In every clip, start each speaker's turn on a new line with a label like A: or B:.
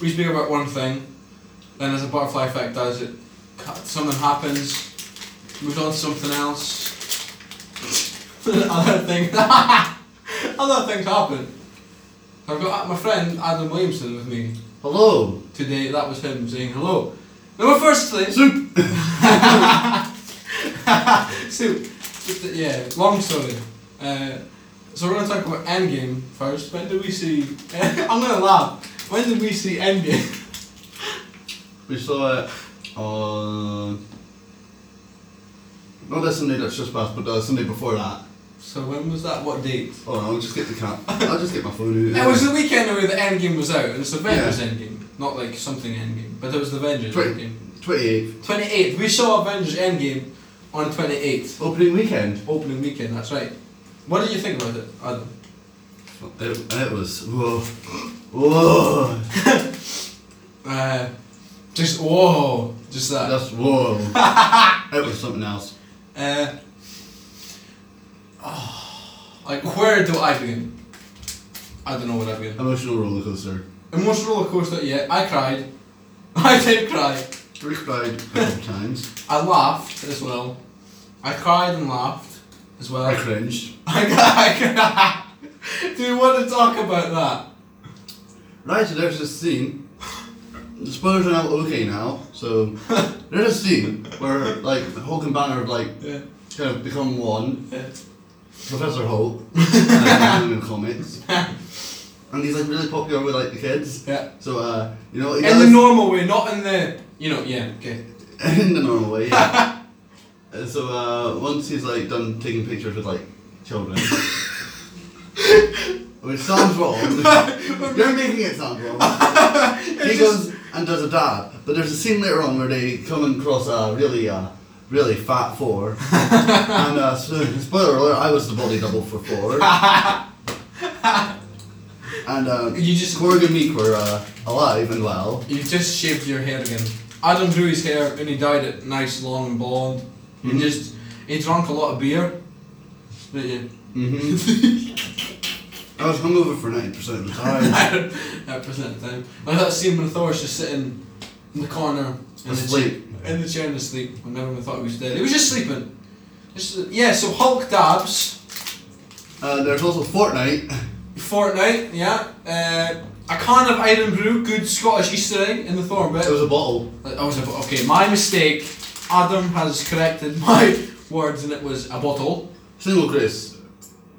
A: we speak about one thing, then there's a butterfly effect does it. cut- Something happens, moved on to something else. Other thing, other things happen. I've got uh, my friend Adam Williamson with me
B: Hello.
A: today. That was him saying hello. Now, firstly, soup. soup. Just, uh, Yeah, long story. Uh, so we're gonna talk about Endgame first. When did we see? I'm gonna laugh. When did we see Endgame?
B: We saw it on. Not this Sunday that's just passed, but the Sunday before that.
A: So when was that? What date?
B: Oh, I'll just get the cap. I'll just get my phone out.
A: It was the weekend where the Endgame was out, and it's Avengers
B: Yeah.
A: Endgame, not like something Endgame, but it was the Avengers
B: Twenty-
A: Endgame.
B: 28th.
A: Twenty eighth. We saw Avengers Endgame on twenty eighth
B: Opening weekend.
A: opening weekend. That's right. What did you think about it, Adam?
B: It, it was. Whoa. Whoa.
A: Uh, just whoa, just that.
B: That's whoa. it was something else.
A: Uh, oh, like where do I begin? I don't know where I begin.
B: Emotional roller coaster.
A: Emotional coaster. Yeah, I cried. I did cry.
B: Three cried a couple times.
A: I laughed as well. I cried and laughed as well.
B: I cringed.
A: I cri- I cri- Do you want to talk about that?
B: Right, so there's this scene. The spoilers are now okay now, so there's a scene where like Hulk and Banner have like
A: Yeah.
B: kind of become one.
A: yeah.
B: Professor Hulk, uh, in the comics, and he's like really popular with like the kids.
A: Yeah.
B: So uh, you know, he
A: In the
B: does-
A: normal way, not in the you know yeah okay.
B: in the normal way. Yeah. And so uh, once he's like done taking pictures with like children, which sounds wrong. You're making it sound wrong. he
A: It's
B: goes and does a dab, but there's a scene later on where they come across a really, uh, really fat four. and uh, sp- spoiler alert, I was the body double for four. and uh,
A: You just-
B: Korg and Meek were uh, alive and well.
A: You just shaved your hair again. Adam grew his hair and he dyed it nice, long, and blonde. He
B: Mhm.
A: just he drank a lot of beer. But yeah. Mm-hmm.
B: hmm I was hungover for ninety percent of the time.
A: that percent of the time. Like that scene when Thor's just sitting in the corner in
B: Asleep.
A: the chair, in the chair and asleep when everyone thought he was dead. He was just sleeping. Just, yeah, so Hulk dabs.
B: Uh, there's also Fortnite.
A: Fortnite, yeah. Uh, a can of Iron Brew, good Scottish Easter egg in the Thor bit.
B: It was a bottle.
A: I was a, okay, my mistake. Adam has corrected my words and it was a bottle.
B: Single Chris.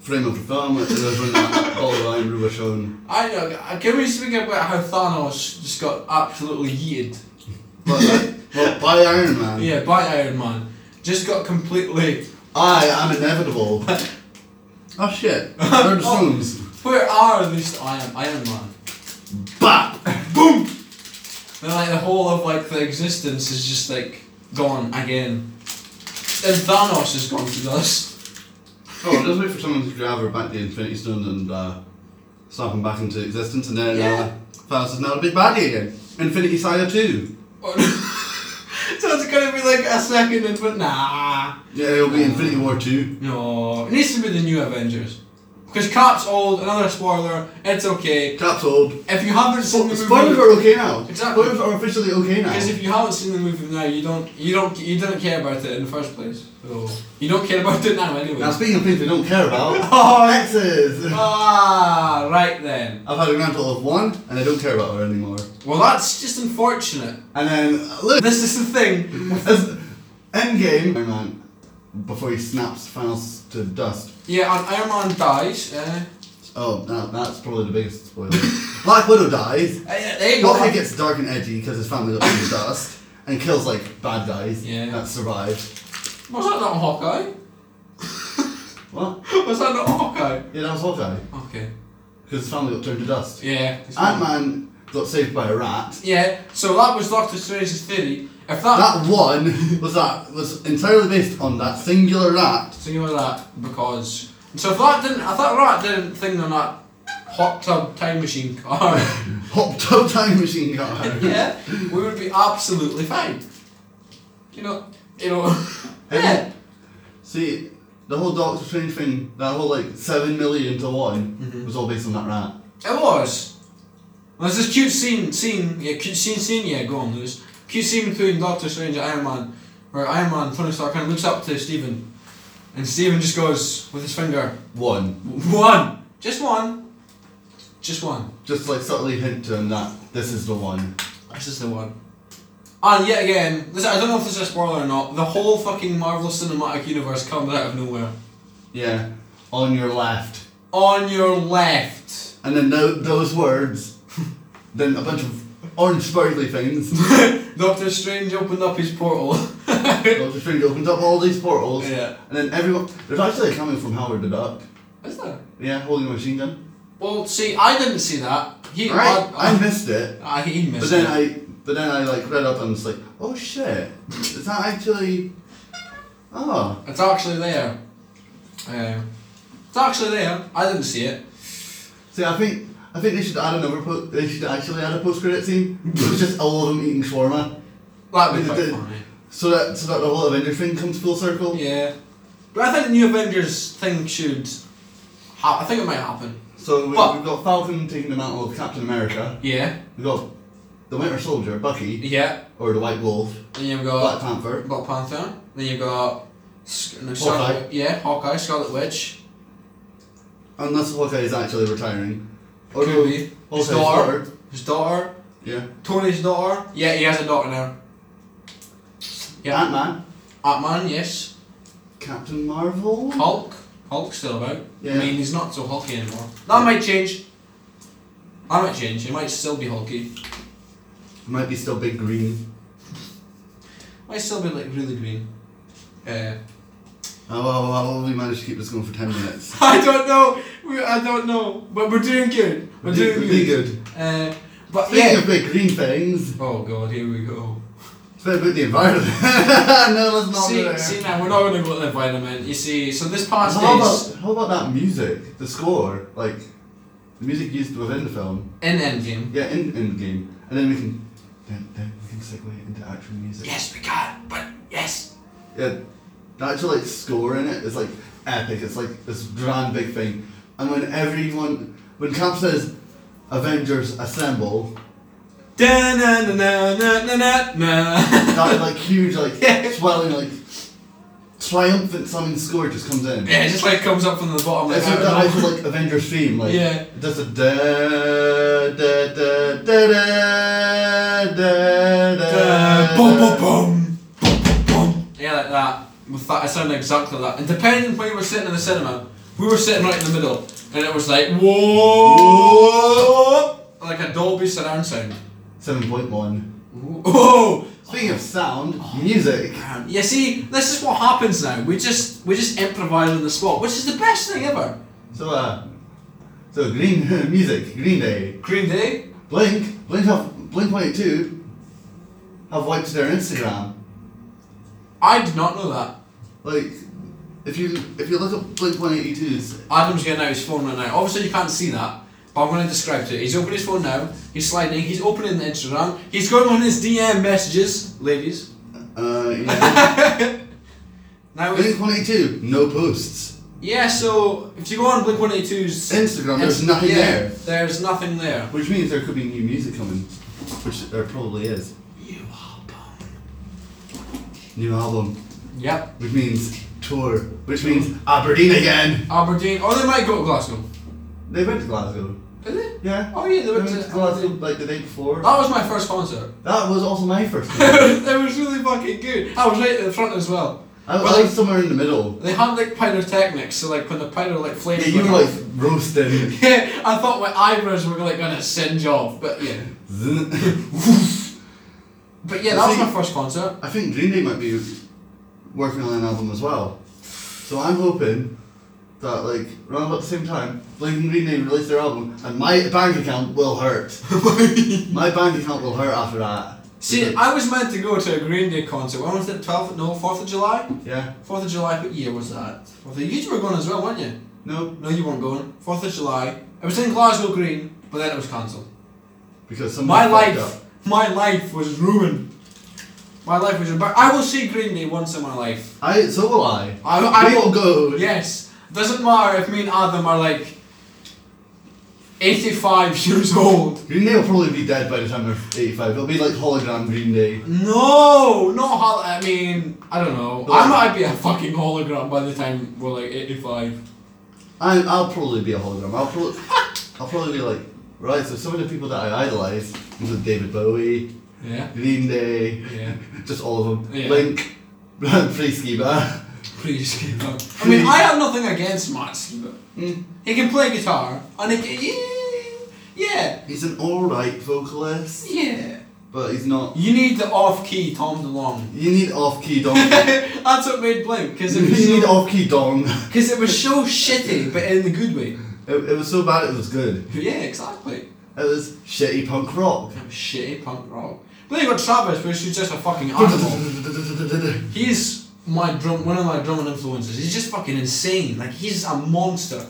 B: Frame of the film. It was when that ball of iron brew was shown.
A: I know. uh, Can we speak about how Thanos just got absolutely yeeted?
B: But, uh, well, by Iron Man.
A: Yeah, by Iron Man. Just got completely.
B: I am inevitable. oh shit. They're the shrooms.
A: Where are these Iron Iron Man?
B: Bap!
A: Boom. Then like the whole of like the existence is just like gone again. Then Thanos is gone to dust.
B: Oh, just wait for someone to grab her back the Infinity Stones and uh, slap him back into existence and then
A: Yeah.
B: uh, Thanos is now the big baddie again. Infinity Saga 2.
A: so it's gonna be like a second and but nah.
B: Yeah, it'll be
A: Uh.
B: Infinity War 2.
A: No, it needs to be the new Avengers. Because Cap's old, another spoiler, it's okay.
B: Cap's old.
A: If you haven't seen the
B: Spo-
A: movie,
B: Spoilers are okay now.
A: Exactly.
B: Spoilers are officially okay now.
A: because if you haven't seen the movie now, you don't, you don't, you don't care about it in the first place. So you don't care about it now anyway.
B: Now, speaking of things we don't care about, oh, exes!
A: ah, right then.
B: I've had a grand total of one, and I don't care about her anymore.
A: Well, that's just unfortunate.
B: And then, uh, look,
A: This is the thing.
B: as Endgame, Iron Man, before he snaps Thanos to dust.
A: Yeah, and Iron Man dies. Uh,
B: Oh, that, that's probably the biggest spoiler. Black Widow dies.
A: eh, there you go.
B: Hawkeye gets dark and edgy because his family got into dust, and kills like bad guys
A: Yeah.
B: that survived.
A: Was that not Hawkeye?
B: What?
A: Was that not Hawkeye?
B: Yeah, that was Hawkeye
A: Okay.
B: because his family got turned to dust.
A: Yeah.
B: Ant Man got saved by a rat.
A: Yeah. So that was Doctor Strange's theory. If that
B: That one was that was entirely based on that singular rat.
A: So you know that because so if that didn't, I thought that didn't thing on that hot tub time machine car.
B: Hop tub time machine car.
A: yeah, we would be absolutely fine. You know, you know. yeah.
B: See, the whole Doctor Strange
A: Mm-hmm.
B: thing, that whole like seven million to one, was all based on that rat.
A: It was. Well, there's this cute scene, scene, yeah, cute scene, scene, yeah, go on, Lewis. Cute scene between Doctor Strange and Iron Man, where Iron Man, Tony Stark, kind of looks up to Stephen, and Stephen just goes with his finger,
B: One.
A: one, just one, just one.
B: Just like subtly hint to him that this is the one.
A: This is the one. And yet again, this, I don't know if this is a spoiler or not. The whole fucking Marvel Cinematic Universe comes out of nowhere.
B: Yeah. On your left.
A: On your left.
B: And then tho- those words, then a bunch of orange sparkly things.
A: Doctor Strange opened up his portal.
B: Doctor Strange opens up all these portals.
A: Yeah.
B: And then everyone. There's actually a coming from Howard the Duck.
A: Is there?
B: Yeah, holding a machine gun.
A: Well, see, I didn't see that. He,
B: Right.
A: I,
B: I
A: I,
B: missed it.
A: I, he missed
B: But then
A: it.
B: I, but then I like read up and was like, oh shit, it's not actually. Oh,
A: It's actually there. Uh, it's actually there. I didn't see it.
B: see, I think I think they should add another. Po- they should actually add a post credit scene. It's just all of them eating shawarma,
A: That would be
B: They
A: quite
B: did.
A: funny.
B: so that so that the whole Avengers thing comes full circle.
A: Yeah. But I think the new Avengers thing should. Ha- I think it might happen.
B: So we,
A: But-
B: we've got Falcon taking the mantle of Captain America.
A: Yeah.
B: We've got the Winter Soldier, Bucky,
A: Yeah.
B: or the White Wolf,
A: Then you've got
B: Black Panther,
A: Black Panther. Then you've got. Sc- no,
B: Hawkeye.
A: Scarlet, yeah, Hawkeye, Scarlet Witch.
B: unless Hawkeye is actually retiring. Or
A: Could be.
B: Oh, Hawkeye's
A: His daughter.
B: daughter.
A: His daughter.
B: Yeah.
A: Tony's daughter. Yeah, he has a daughter now. Yeah.
B: Ant Man,
A: Ant-Man, yes.
B: Captain Marvel.
A: Hulk. Hulk's still about. I
B: Yeah.
A: mean, he's not so hulky anymore. That might change. That might change. He might still be hulky.
B: Might be still big green.
A: Might still be like really green. Uh,
B: Oh, well, well, well, we managed to keep this going for 10 minutes.
A: I don't know. We, I don't know. But we're doing good. We're,
B: Really-
A: doing
B: really
A: good.
B: good.
A: Uh, but
B: Speaking
A: yeah.
B: of big green things,
A: Oh god, here we go.
B: it's about the environment. no, let's not do
A: See,
B: that.
A: see now we're not going to go to the environment. You see, so this past
B: how,
A: days
B: about, how about that music? The score? Like, the music used within the film.
A: in Endgame.
B: Yeah, in, in the game. And then we can. Then, then we can segue into actual music.
A: Yes, we got. it, But yes.
B: Yeah, the actual like score in it is like epic. It's like this grand big thing. And when everyone. When Cap says, Avengers assemble,
A: Da na na na na na na.
B: that like huge like
A: Yeah.
B: swelling like triumphant summon score just comes in.
A: Yeah, it just like comes up from the bottom. Like,
B: It's
A: I
B: like
A: don't
B: the
A: know.
B: actual like Avengers theme, like
A: Yeah.
B: That's a da da da da da da da
A: boom, boom, boom, boom, boom, boom. Yeah, like that. With that, it sounded exactly like that. And depending where you were sitting in the cinema, we were sitting right in the middle, and it was like whoa, like a Dolby surround sound.
B: Seven point one.
A: Whoa.
B: Speaking of sound, music.
A: You see, this is what happens now. We just we just improvise on the spot, which is the best thing ever.
B: So uh, so green music, Green Day,
A: Green Day,
B: Blink, Blink have Blink Point Two have wiped their Instagram.
A: I did not know that.
B: Like, if you if you look up Blink One Eighty Two's
A: Adam's getting out his phone right now. Obviously, you can't see that, but I'm going to describe to you. He's opening his phone now. He's sliding. He's opening the Instagram. He's going on his DM messages, ladies.
B: Uh, yeah.
A: Now,
B: Blink 182, no posts.
A: yeah. So if you go on Blink 182's
B: Instagram, there's nothing
A: yeah,
B: there.
A: There's nothing there.
B: Which means there could be new music coming, which there probably is.
A: You are bum.
B: New album,
A: Yep.
B: which means tour, which means Aberdeen again.
A: Aberdeen. Or they might go to Glasgow.
B: They went to Glasgow.
A: Did they?
B: Yeah.
A: Oh yeah, they went to
B: Glasgow
A: Aberdeen.
B: like the day before.
A: That was my first concert.
B: That was also my first. one.
A: it was really fucking good. I was right at the front as well.
B: I, I
A: Well,
B: was somewhere in the middle.
A: They had like pyrotechnics, so like when the pyro like flames.
B: Yeah,
A: went
B: you were
A: up-
B: like roasting.
A: Yeah, I thought my eyebrows were like gonna singe off, but yeah. But yeah, that was my first concert.
B: I think Green Day might be working on an album as well. So I'm hoping that like around about the same time, Blink and Green Day release their album, and my bank account will hurt. my bank account will hurt after that.
A: See, I was meant to go to a Green Day concert. When was it? 12th? No, 4th of July?
B: yeah,
A: 4th of July, what year was that? 4th of, you two were going as well, weren't you?
B: no,
A: No, you weren't going. 4th of July. It was in Glasgow Green, but then it was cancelled.
B: because someone
A: My
B: fucked
A: life, my life was ruined. My life was ruined. But I will see Green Day once in my life.
B: up. I so will I.
A: I, I
B: we
A: will
B: will go.
A: Yes. Doesn't matter if me and Adam are like, 85 years old.
B: Green Day will probably be dead by the time they're 85. It'll be like hologram Green Day.
A: No, not hol- I mean, I don't know. I might be a fucking hologram by the time we're like 85.
B: I, I'll probably be a hologram. I'll, pro- I'll probably be like, right, so some of the people that I idolise, these are David Bowie,
A: Yeah,
B: Green Day,
A: yeah.
B: just all of them.
A: Yeah.
B: Link, Free Skiba.
A: Pretty Skiba. I mean, I have nothing against Matt Skiba.
B: Mm.
A: He can play guitar, and he can, yeah,
B: He's an alright vocalist,
A: yeah, yeah.
B: but he's not.
A: You need the off-key Tom DeLonge.
B: You need off key dong.
A: That's what made Blink, because it,
B: you
A: was
B: need
A: so-
B: off key dong.
A: 'cause it was so shitty, but in the good way.
B: It, it was so bad it was good.
A: Yeah, exactly.
B: It was shitty punk rock.
A: Shitty punk rock. But then you got Travis, which is just a fucking animal. he's my drum, one of my drumming influences. He's just fucking insane. Like he's a monster.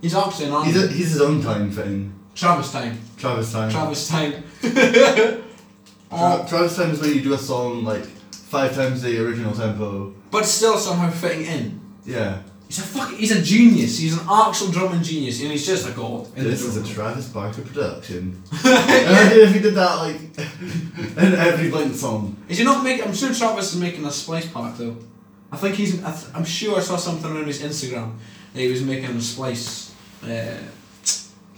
A: He's absolutely an
B: he's,
A: animal.
B: a, he's his own time thing.
A: Travis time.
B: Travis Time.
A: Travis time.
B: Tra-
A: Oh,
B: Travis Time is when you do a song like five times the original tempo.
A: but still somehow fitting in.
B: Yeah.
A: He's a fucking. He's a genius. He's an actual drumming genius, and he's just a god. in the
B: This is
A: drum
B: a
A: world.
B: Travis Barker production. Imagine if he did that like in every Blink song.
A: Is he not making? I'm sure Travis is making a splice pack though. I think he's. I th- I'm sure I saw something on his Instagram that he was making a splice. Uh,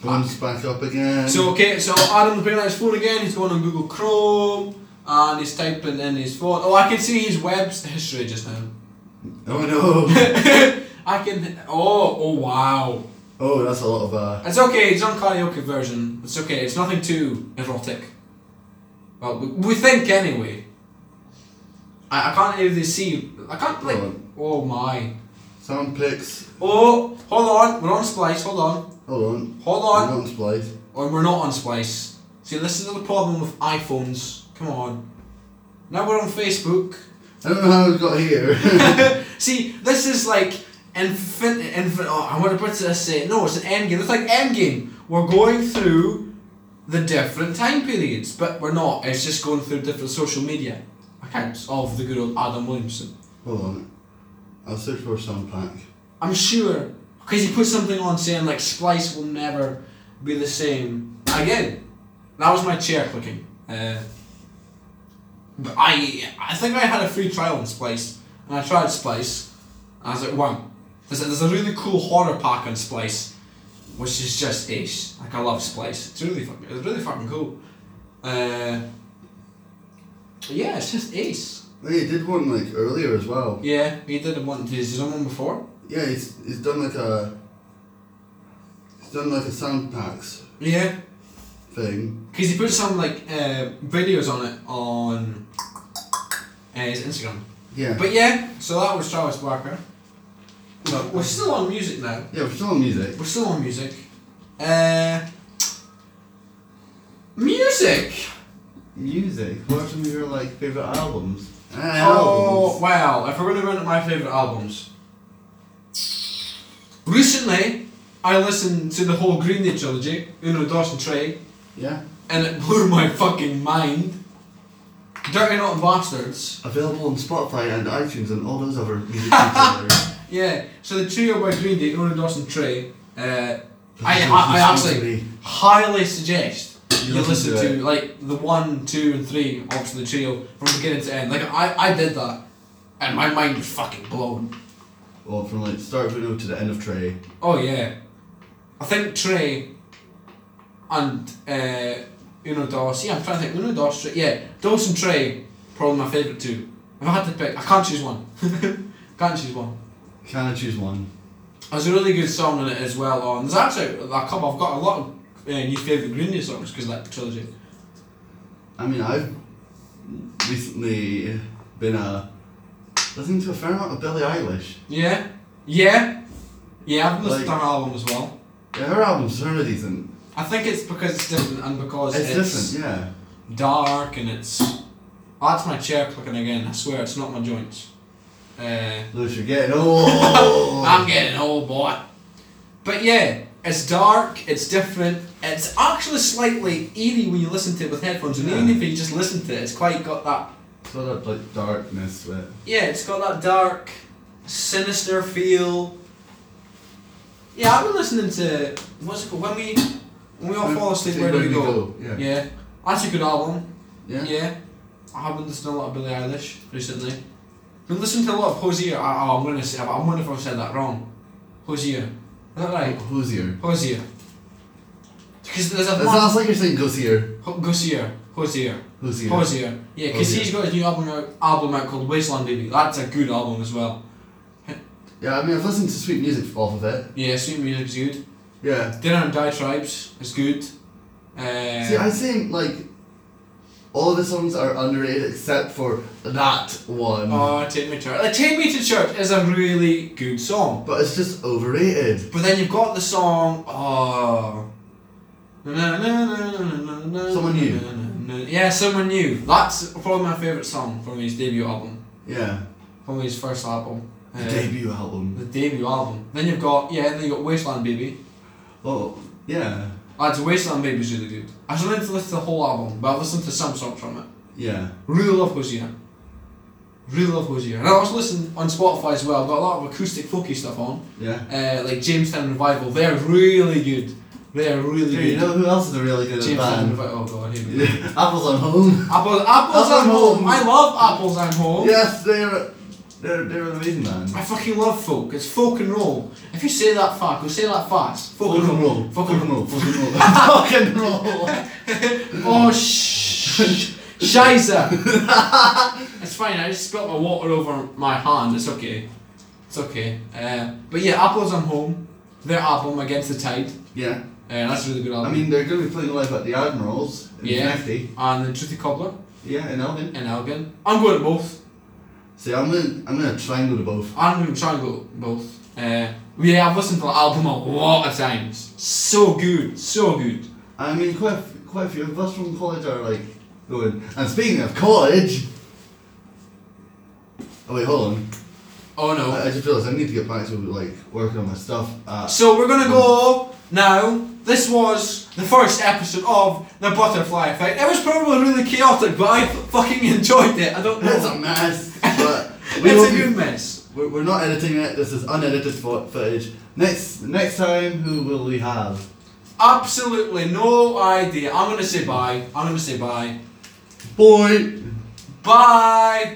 B: Bones back up again.
A: So okay, so Adam the Paralysed Phone again. He's going on Google Chrome and he's typing in his phone. Oh, I can see his web history just now.
B: oh no.
A: I can. Oh, oh wow.
B: oh, that's a lot of uh.
A: It's okay. It's on karaoke version. It's okay. It's nothing too erotic. Well, we, we think anyway. I, I can't even see. I can't like.
B: Hold
A: Oh my.
B: Sound picks.
A: Oh, hold on. We're on Splice. Hold on.
B: Hold on.
A: Hold on.
B: Not Splice.
A: Or we're not on Splice. See, this is the problem with iPhones. Come on. Now we're on Facebook.
B: I don't know how we got here.
A: See, this is like infinite. Infin- oh, I want to put to say no. It's an end game. It's like end game. We're going through the different time periods, but we're not. It's just going through different social media accounts of the good old Adam Williamson.
B: Hold on. I'll search for sound pack.
A: I'm sure because he put something on saying like Splice will never be the same again. That was my chair clicking. Uh, but I I think I had a free trial on Splice and I tried Splice. And I was like, wow, there's a, there's a really cool horror pack on Splice, which is just ace. Like I love Splice. It's really fucking it's really fucking cool. Uh, yeah, it's just ace.
B: They did one like earlier as well.
A: Yeah, he did one. Did you done one before?
B: Yeah, he's, he's done like a. He's done like a sound packs
A: Yeah.
B: thing.
A: Because he put some like uh, videos on it on uh, his Instagram.
B: Yeah.
A: But yeah, so that was Travis Barker. But we're still on music now.
B: yeah, we're still on music.
A: We're still on music. Uh, music.
B: Music. What are some of your like favorite albums? Ah,
A: Oh
B: albums.
A: wow! If we're gonna run at my favorite albums, recently I listened to the whole Green Day trilogy, Uno, Dos, and Trey,
B: Yeah.
A: and it blew my fucking mind. Dirty Not Bastards.
B: Available on Spotify and iTunes and all those other music retailers.
A: Yeah, so the trio by Green Day, Ronan Dawson Trey, uh, I,
B: Listen
A: I, I
B: to
A: actually
B: me.
A: highly suggest you, listen,
B: listen to
A: to, like the one, two, and three, obviously the trio from beginning to end. Like I, I did that, and my mind was fucking blown.
B: Well, from like start of video to the end of Trey.
A: Oh yeah, I think Trey and uh, Uno Dos. Yeah, I'm trying to think. Uno Dos. Trey, yeah, Dos and Trey probably my favorite two. If I had to pick, I can't choose one. can't choose one.
B: Can I choose one?
A: There's a really good song in it as well. On there's actually a couple. I've got a lot of uh, new favorite Green Day songs because that trilogy.
B: I mean, I've recently been uh, listening to a fair amount of Billie Eilish.
A: Yeah, yeah, yeah. I've listened
B: Like-
A: to her album as well.
B: Yeah, her albums are decent.
A: I think it's because it's different and because
B: It's,
A: it's,
B: different, yeah.
A: dark and it's. Oh, that's my chair clicking again. I swear it's not my joints. Uh,
B: Lewis, you're getting Oh! old.
A: I'm getting old, boy. But yeah, it's dark. It's different. It's actually slightly eerie when you listen to it with headphones, and
B: Yeah.
A: even if you just listen to it, it's quite got that
B: sort of like darkness with.
A: Yeah, it's got that dark, sinister feel. Yeah, I've been listening to what's it called when we When we all
B: Where-
A: fall asleep, where do we go?
B: Yeah. yeah.
A: Yeah. That's a good album. Yeah. I have been listening to a lot of Billie Eilish recently. Been listening to a lot of Hosier. Oh, oh, I'm gonna say. I'm wondering if I've said that wrong. Hosier. Is that right?
B: Who's here?
A: Hosier. Because there's
B: It
A: a
B: sounds
A: month.
B: like you're saying goes here.
A: Hosier. Hosier.
B: Who's here?
A: Pause here. Yeah, because
B: Hosier.
A: he's got his new album out, album out called Wasteland Baby. That's a good album as well.
B: Yeah, I mean I've listened to sweet music off of it.
A: Yeah, sweet music's good.
B: Yeah.
A: Dinner and Die Tribes is good. Uh,
B: See, I think like all of the songs are underrated except for that one.
A: oh, Take Me to Church. Like, Take Me to Church is a really good song.
B: but it's just overrated.
A: But then you've got the song, oh. na- na- na- na- na- na- na-
B: Someone New.
A: na- na- na- Yeah, Someone New. That's probably my favourite song from his debut album.
B: Yeah.
A: From his first album.
B: The
A: Uh,
B: debut album.
A: the debut album. Then you've got, yeah, then you've got Wasteland Baby.
B: Oh, yeah.
A: Lads, Wasteland Baby's really good. I just wanted to listen to the whole album, but I've listened to some songs from it.
B: Yeah.
A: Really love Hosier. Really love Hosier. And I also listen on Spotify as well. I've got a lot of acoustic folky stuff on,
B: Yeah.
A: uh, like Jamestown Revival. They're really good. They're really
B: Hey, you
A: good.
B: know who else is a really good
A: Jamestown
B: band?
A: Revival. Oh god, here we go.
B: Apples on Home.
A: Apples, apples
B: Apples
A: and home.
B: Home.
A: I love apples and home.
B: Yes, they're they're they're an amazing band.
A: I fucking love folk. It's folk and roll. If you say that fuck, we'll say that fast. Folk, and roll. Folk and roll.
B: Fucking roll. Fucking roll.
A: Oh sh- Shiza! it's fine, I just spilled my water over my hand, it's okay. It's okay. Uh, but yeah, Apples on Home, their album Against the Tide, uh,
B: Yeah.
A: that's a really good
B: I
A: album.
B: mean, they're going to be playing live at the Admirals in
A: Yeah.
B: Nefty.
A: and then Truthy Cobbler
B: Yeah, in Elgin.
A: and Elgin. I'm going to both.
B: See, I'm gonna I'm gonna triangle to both.
A: I'm going to try and go both. Uh, yeah, I've listened to the album a lot of times. So good, so good.
B: I mean, quite a f- quite a few of us from college are like going. And speaking of college. Oh wait, hold on.
A: Oh no.
B: I, I just realized I need to get back to like working on my stuff. Uh, At,
A: So we're gonna go now. This was the first episode of the Butterfly Effect. It was probably really chaotic, but I f- fucking enjoyed it. I don't know.
B: it's a mess, but we will
A: it's a
B: be-
A: good mess.
B: We're, we're not editing it. This is unedited fo- footage. Next next time, who will we have?
A: Absolutely no idea. I'm gonna say bye. I'm gonna say bye.
B: Boy.
A: Bye.